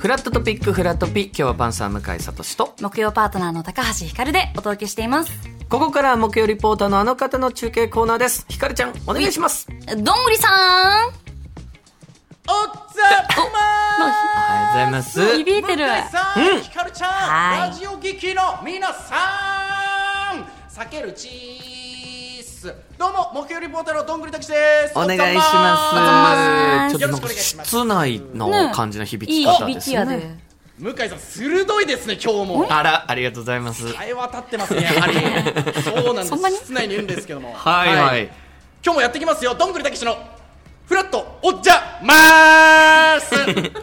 フラットトピックフラットピ今日はパンサー向井聡と木曜パートナーの高橋ひかるでお届けしています。ここからは木曜リポーターのあの方の中継コーナーですひかるちゃんお願いしますどんぐりさんおっざおはようございます響いてるまーんひかるちゃはんいラジオ劇の皆さん避けるチーズどうも木曜リポーターのどんぐりたけしですお願いましますすおちょ願っいとしなんかます室内の感じの響きいい方響ですきやねで。向井さん鋭いですね今日もあらありがとうございますあえ渡ってますねやはりそうなんでそんなにす室内にいるんですけどもはいはい今日もやってきますよどんぐりたけしのフラットおっざまーす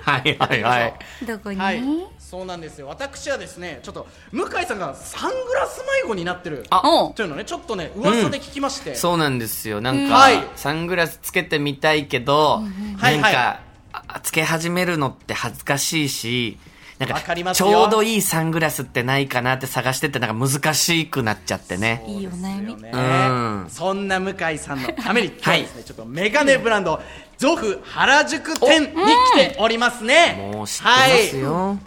はいはいはいどこに、はい、そうなんですよ。私はですね、ちょっと向井さんがサングラス迷子になってるあおうというのね、ちょっとね、噂で聞きまして、そうなんですよなんはかいサングラスつけてみたいけどはないんはいかあつけ始めるのって恥ずかしいしなんわかりかますちよょうどいいサングラスってないかなって探してってなんか難しくなっちゃってねいいお悩み。ねうんそんな向井さんのために今日はですね、はちょっとメガネブランドゾフ原宿店に来ておりますね。もう知ってますはい。よ、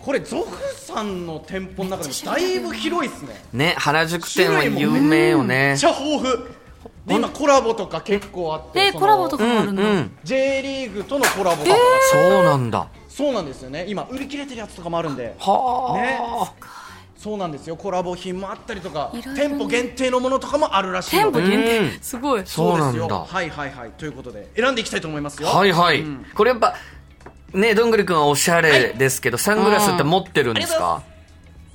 これゾフさんの店舗の中でもだいぶ広いですね。ね原宿店は有名よめねっちゃ豊富。で今コラボとか結構あって、え、コラボとかかもあるうんの、ん J リーグとのコラボとか、そうなんだそうなんですよね。今売り切れてるやつとかもあるんで。はそうなんですよコラボ品もあったりとかいろいろね店舗限定のものとかもあるらしい店の舗で限う定。んすごい。そうなんだですよはいはいはいということで選んでいきたいと思いますあよはいいはい、これやっぱねどんぐりくんはおしゃれですけど、サングラスって持ってるんですうんあ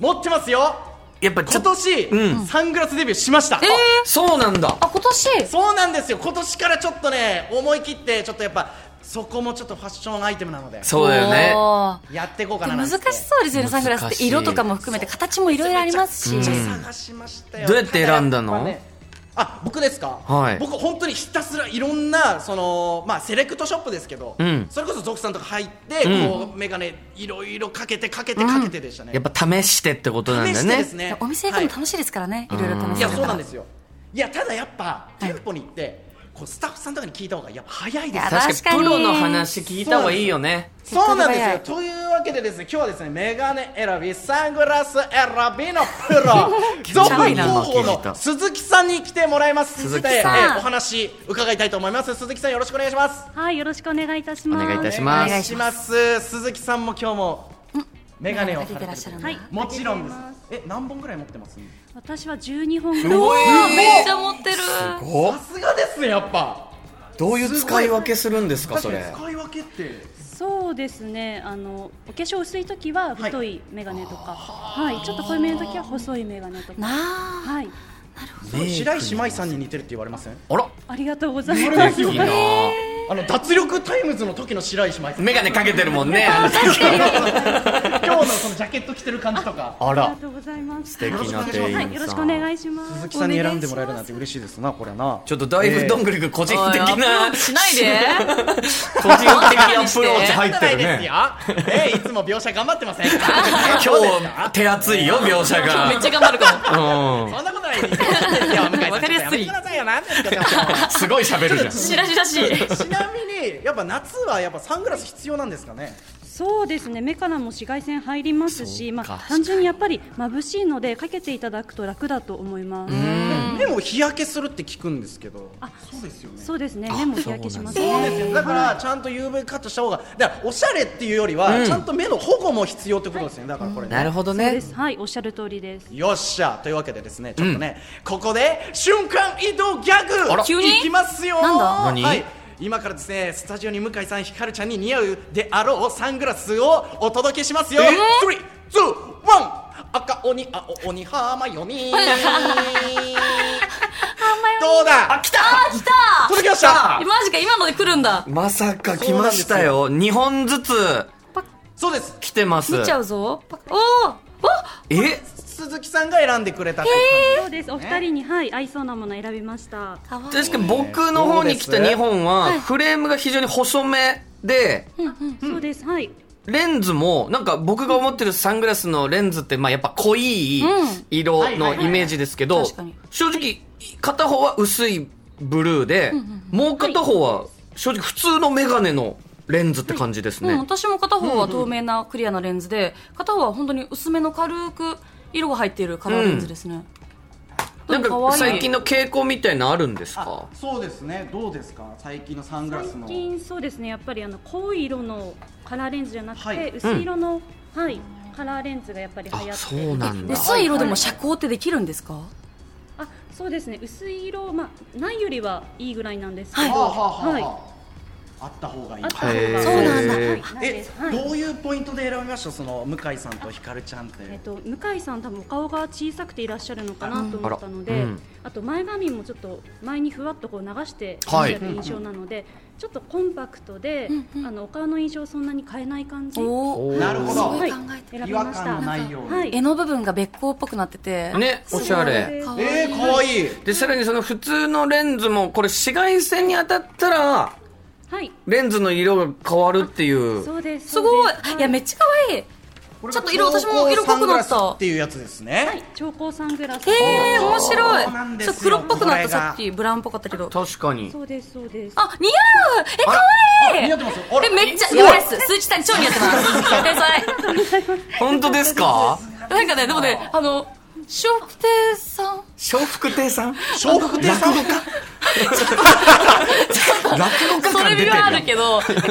りがかとうござい持ってますよやっぱちょ今っと年、うんサングラスデビューしました、えー、そうなんだあ、今年そうなんですよ今年からちょっとね思い切ってちょっとやっぱそこもちょっとファッションアイテムなのでそうだよねおーやっていこうかでなもな難んしてそうですよね、サングラスっ難て。しい色とかも含めて、形もいろいろありますし。めちゃくちゃ探しましたよどうやって選んだのたやっぱねあ僕ですか、はい僕本当にひたすらいろんなその、まあ、セレクトショップですけど、うんそれこそゾクさんとか入って、うんこうメガネいろいろかけてかけてかけてでしたね、やっぱ試してってことなん試だしてでねすねお店行くのは楽しいですからね、いろいろ楽しい、いみや方そうなんですよいやただやっぱ店舗に行ってこうスタッフさんとかに聞いた方がやっぱ早いですやば確確かかににプロの話聞いた方がいいよねそうなんです手っよ。取というわけでですね、今日はですね、メガネ選び、サングラス選びのプ ロ、ゾちゃフいな広報負けじのと鈴木さんに来てもらいます。鈴木さんでえーお話伺いたいと思います。鈴木さんよろしくお願いします。はい、よろしくお願いいたしおます。願いいたしおま願いすします。鈴木さんも今日もメガネをかけてらっしゃるんだ。はいもちろんですかけてま。え、何本ぐらい持ってます？私は12本ぐうらい。わーめっちゃ持ってる。おさすがですね、やっぱ。どういう使い分けするんですかそ確かにれ使い分けって。そうですね。あのお化粧薄い時は太いメガネとか、はい、ちょっと濃いめの時は細いメガネとか。なあ。はい、白石麻衣さんに似てるって言われません？あらありがとうございそま。うですすよいいなあの脱力タイムズの時の白石麻衣さん。メガネかけてるもんねあの人 今日のそのジャケット着てる感じとか。あありらがとうございます。素敵な店員さんはい、よろしくお願いします。鈴木さんに選んでもらえるなんて嬉しいですな、これはな。ちょっとだいぶどんぐりくん個人的おいアッなプしないで。個人的アプローチ入ってるね入ってないですよ。えいつも描写頑張ってませんか。今日手厚いよ描写がめっちゃ頑張るかも。うんそんなことないですよ。向井さんわかりやすいちょっとやめてくださいよ。なんです か。ちょっすごい喋るじゃんしらしらしい。とちなみに、やっぱ夏はやっぱサングラス必要なんですかね。そうですね目からも紫外線入りますし、そうまかあ、単純にやっぱり眩しいのでかけていただくと楽だと思います目も日焼けするって聞くんですけど。あそうですよね。そうですね目も日焼けしますそうねですよだからちゃんと UV カットした方がだからおしゃれっていうよりは、ちゃんと目の保護も必要ってことですねだからこれね、なるほどそうねですはいおっしゃる通りですよっしゃというわけでですねちょっとね、ここで瞬間移動ギャグあら急にいきますよなんだ何はい、今からですねスタジオに向井さんひかるちゃんに似合うであろうサングラスをお届けしますよ、えー、321赤鬼青鬼浜よにどうだ来た来た届きましたマジか今ので来るんだまさか来ましたよ2本ずつそうです来てます見ちゃうぞおおえ鈴木さんが選んでくれたっていうそうです。お二人に、はい、合いそうなものを選びました。かわい確かに僕の方に来た2本はフレームが非常に細めでそうです。はい。レンズもなんか僕が思ってるサングラスのレンズってまあやっぱ濃いん色のイメージですけはいどはいはい確か正直片方は薄いブルーでもう片方は正直普通のメガネのレンズって感じですうん、ね。私も片方は透明なクリアなレンズで、片方は本当に薄めの軽く色が入っているカラーレンズですね。なでんも可か愛い最近の傾向みたいなのあるんですあかそうですねどうですか最近のサングラ最スの近そうですねやっぱりあの濃い色のカラーレンズじゃなくて、はい薄い色の、はいカラーレンズがやっぱり流行ってあ、そうなんだ。薄い色でも遮光ってできるんですか、あそうですね薄い色まあないよりはいいぐらいなんですけどはあはあははあいはああった方がいいあった方がへーそうなんだはいないでえすはいどういうポイントで選びましたその向井さんとひかるちゃんってえっと、向井さん、多分お顔が小さくていらっしゃるのかなと思ったのあらで、あ,、うんと前髪もちょっと前にふわっとこう流していらはっいしゃる印象なので、ちょっとコンパクトで、あのお顔の印象をそんなに変えない感じ、おおおーなるほどはい、考選えてび違ま和し感のた。ないように、はい絵の部分がべっ甲っぽくなっててね、おしゃれ。そうですえー、かわいいで、さらにその普通のレンズも、これ紫外線に当たったら、はい、レンズの色が変わるっていう。そうです。すごいそうですいやめっちゃ可愛いこれちょがっと色私も色濃くなったサングラスっていうやつですね、はい、超高サングラス。えー、面そうなん白いですよそう黒っぽくなっこれがたさっきブラウンっぽかったけど確かに。そうです、そうです。あ似合うえ可愛い似合ってますよあれえめっちゃすごいやばいです数値単に超似合ってます 天才本当ですかなんかねでもねあのショプテさん笑福亭さん笑福亭さん落語家そ感れ出味てはあるるけどえ可愛い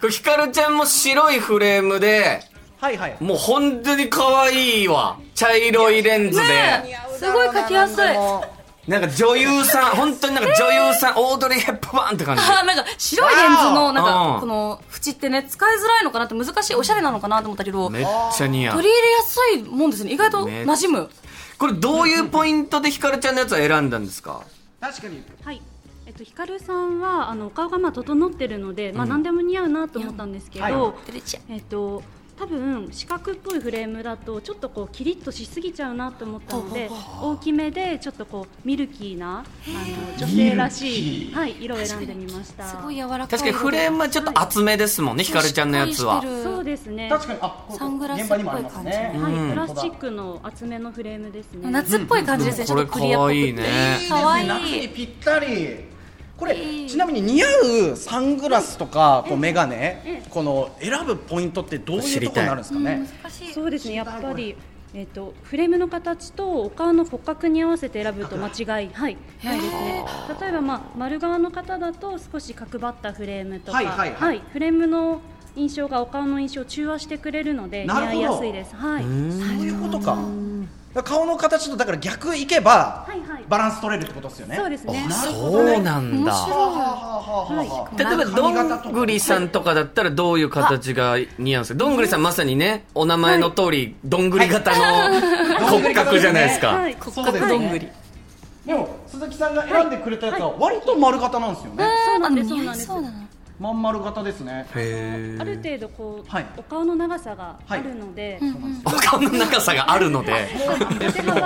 これヒカルちゃんも白いフレームで、はいはいもう本当に可愛いわ。茶色いレンズで。ねえすごい描きやすいあなんか女優さん、本当になんか女優さん、オードリー・ヘップバーンって感じ。ー なんか白いレンズのなんうかんこの縁ってね使いづらいのかなって難しいおしゃれなのかなと思ったけどめっちゃ似合う取り。入れやすいもんですね意外とね馴染むこれどういうポイントでヒカルちゃんのやつは選んだんですか確かにはい。えっと、ヒカルさんは、あの、お顔がまあ整ってるので、まあ、何でも似合うなと思ったんですけど。はい照れちゃうえっと多分四角っぽいフレームだとちょっとこうキリッとしすぎちゃうなと思ったので大きめでちょっとこうミルキーなあの女性らしい、はい、色を選んでみましたすごい柔らかい確かにフレームはちょっと厚めですもんね、ヒカルちゃんのやつは。そうですね確かにあこれサングラスっ現ぽ場いにもあり感じますね、はい、うんプラスチックの厚めのフレームですね夏っぽい感じですね、これちょっと可クリアっぽくて愛いね。いいですね可愛い夏にぴったりこれ、いいちなみに似合うサングラスとか、こうメガネえ、この選ぶポイントってどういうところになるんですかね。難しいそうですねやっぱりえっとフレームの形とお顔の骨格に合わせて選ぶと間違いはいないですね例えばまあ丸側の方だと少し角張ったフレームとかはいはいはいフレームの印象がお顔の印象を中和してくれるので似なるほど合いやすいですはいそういうことか。だから顔の形とだから逆いけばはいはいバランス取れるってことですよね。そうですねなるほどねそうなんだ。はあはあはあはあはあ例えば、どんぐりさんとかだったらどういう形が似合うんですかどんぐりさんまさにね、お名前の通り、どんぐり型の骨格じゃないですか。はいそうです骨ね格どんぐりでも鈴木さんが選んでくれたやつは割と丸型なんですよね。そうなんですあそう似合なんいですそうだなまん丸型ですね。へあるー。程度こう、はいお顔の長さがあるので、お顔の長さがあるので、縦幅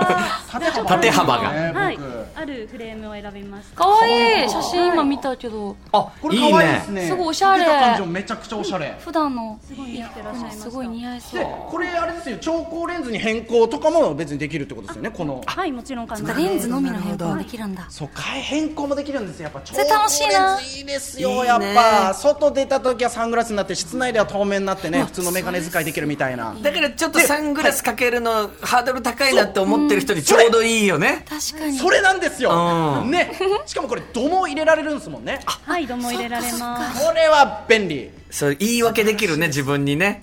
縦幅縦幅がねはい僕、あるフレームを選びました可愛い写真今見たけどあこ、れいい可愛いですね。ね。すごいおしゃれ見た感じもめちゃくちゃおしゃれ。普段のすごい似合ってらっしゃいましたすごい似合いそうでこれあれですよ超光レンズに変更とかも別にできるってことですよねこのはいもちろん可能ですレンズのみの変更ができるんだそうかい変更もできるんですよやっぱ超れ楽しいな光レンズいいですよいいねやっぱ外出た時はサングラスになって室内では透明になってね普通のメガネ使いできるみたいなだからちょっとサングラスかけるのハードル高いなって思ってる人にちょうどいいよね。確かにそれなんですようんねしかもこれ度も入れられるんですもんねはいどうも入れられますこれは便利そう、言い訳できるね、自分にね。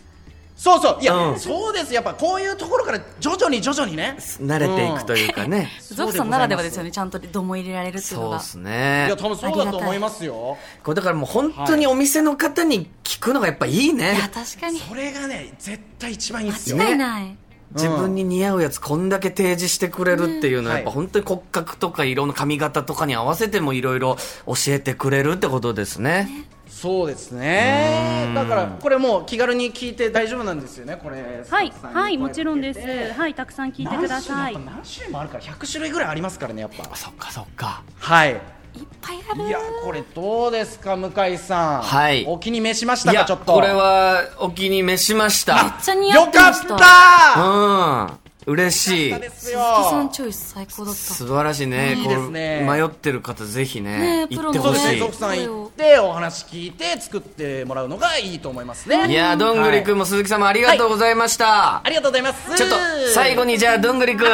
そうそういや、うんそうですやっぱこういうところから徐々に徐々にね慣れていくというかね。ゾクさんならではですよねねちゃんとども入れられるっていうのそうがですねいや。多分そうだと思いますよこれだからもう本当にお店の方に聞くのがやっぱいいねい。や確かにこれがね絶対一番いいんですよ間違いない自分に似合うやつこんだけ提示してくれるっていうのはねやっぱ本当に骨格とか色の髪型とかに合わせてもいろいろ教えてくれるってことですね。そうですねだからこれもう気軽に聞いて大丈夫なんですよねこれはい、スタッフさにはい、もちろんです声かけて。はい、たくさん聞いてくださ何種類い。やっぱ何種類もあるから100種類ぐらいありますからねやっぱそっかそっか。はいいっぱいあるいやこれどうですか向井さんはいお気に召しましいたかや、ちょっとこれはお気に召しました。めっちゃ似よ合ってかまっしたたうん。嬉しいそうですよ鈴木さんチョイス最高だった素晴らしいねいいですねこう迷ってる方ぜひねねえプ行ロっのてねほそうでしすねい徳さん行ってお話聞いて作ってもらうのがいいと思いますねいやーどんぐりくんも鈴木さんもありがとうございました、ありがとうございますちょっと最後にじゃあどんぐりくん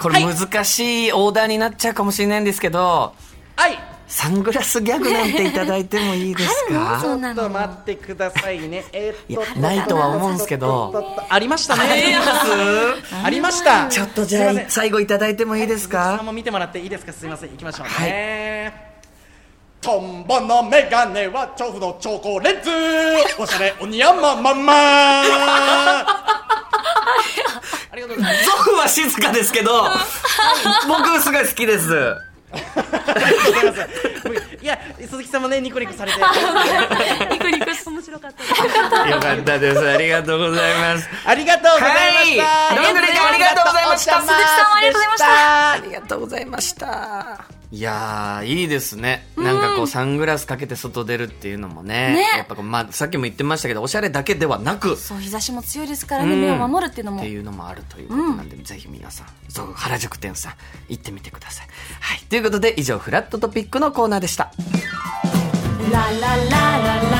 これ難しいオーダーになっちゃうかもしれないんですけどはいサングラスギャグなんていただいてもいいですあるかのちょっと待ってくださいねえーっいとやないとは思うんすけどとととありましたねありましたちょっとじゃすいませあん最後いただいてもいいですさんかも見てもらっていいですかすいません行きましょうね、トンボのメガネは調布のチョコレーツおしゃれおにやまままありがとうございますゾフは静かですけど 僕すごい好きですありがとうございます いや鈴木さんもねニコニコされてニコニコし面白かったです。よかったですありがとうございますありがとうございました、はいどんぐりくんありがとうございましたお疲れ様でありがとうございましたいやーいいですねなんかこうサングラスかけて外出るっていうのもねねやっぱこう、まあ、さっきも言ってましたけどおしゃれだけではなくそう日差しも強いですからね目を守るっていうのっもていうのもあるということなんで、ぜひ皆さんそう原宿店さん行ってみてください、はい、ということで以上「フラットトピック」のコーナーでしたラララララ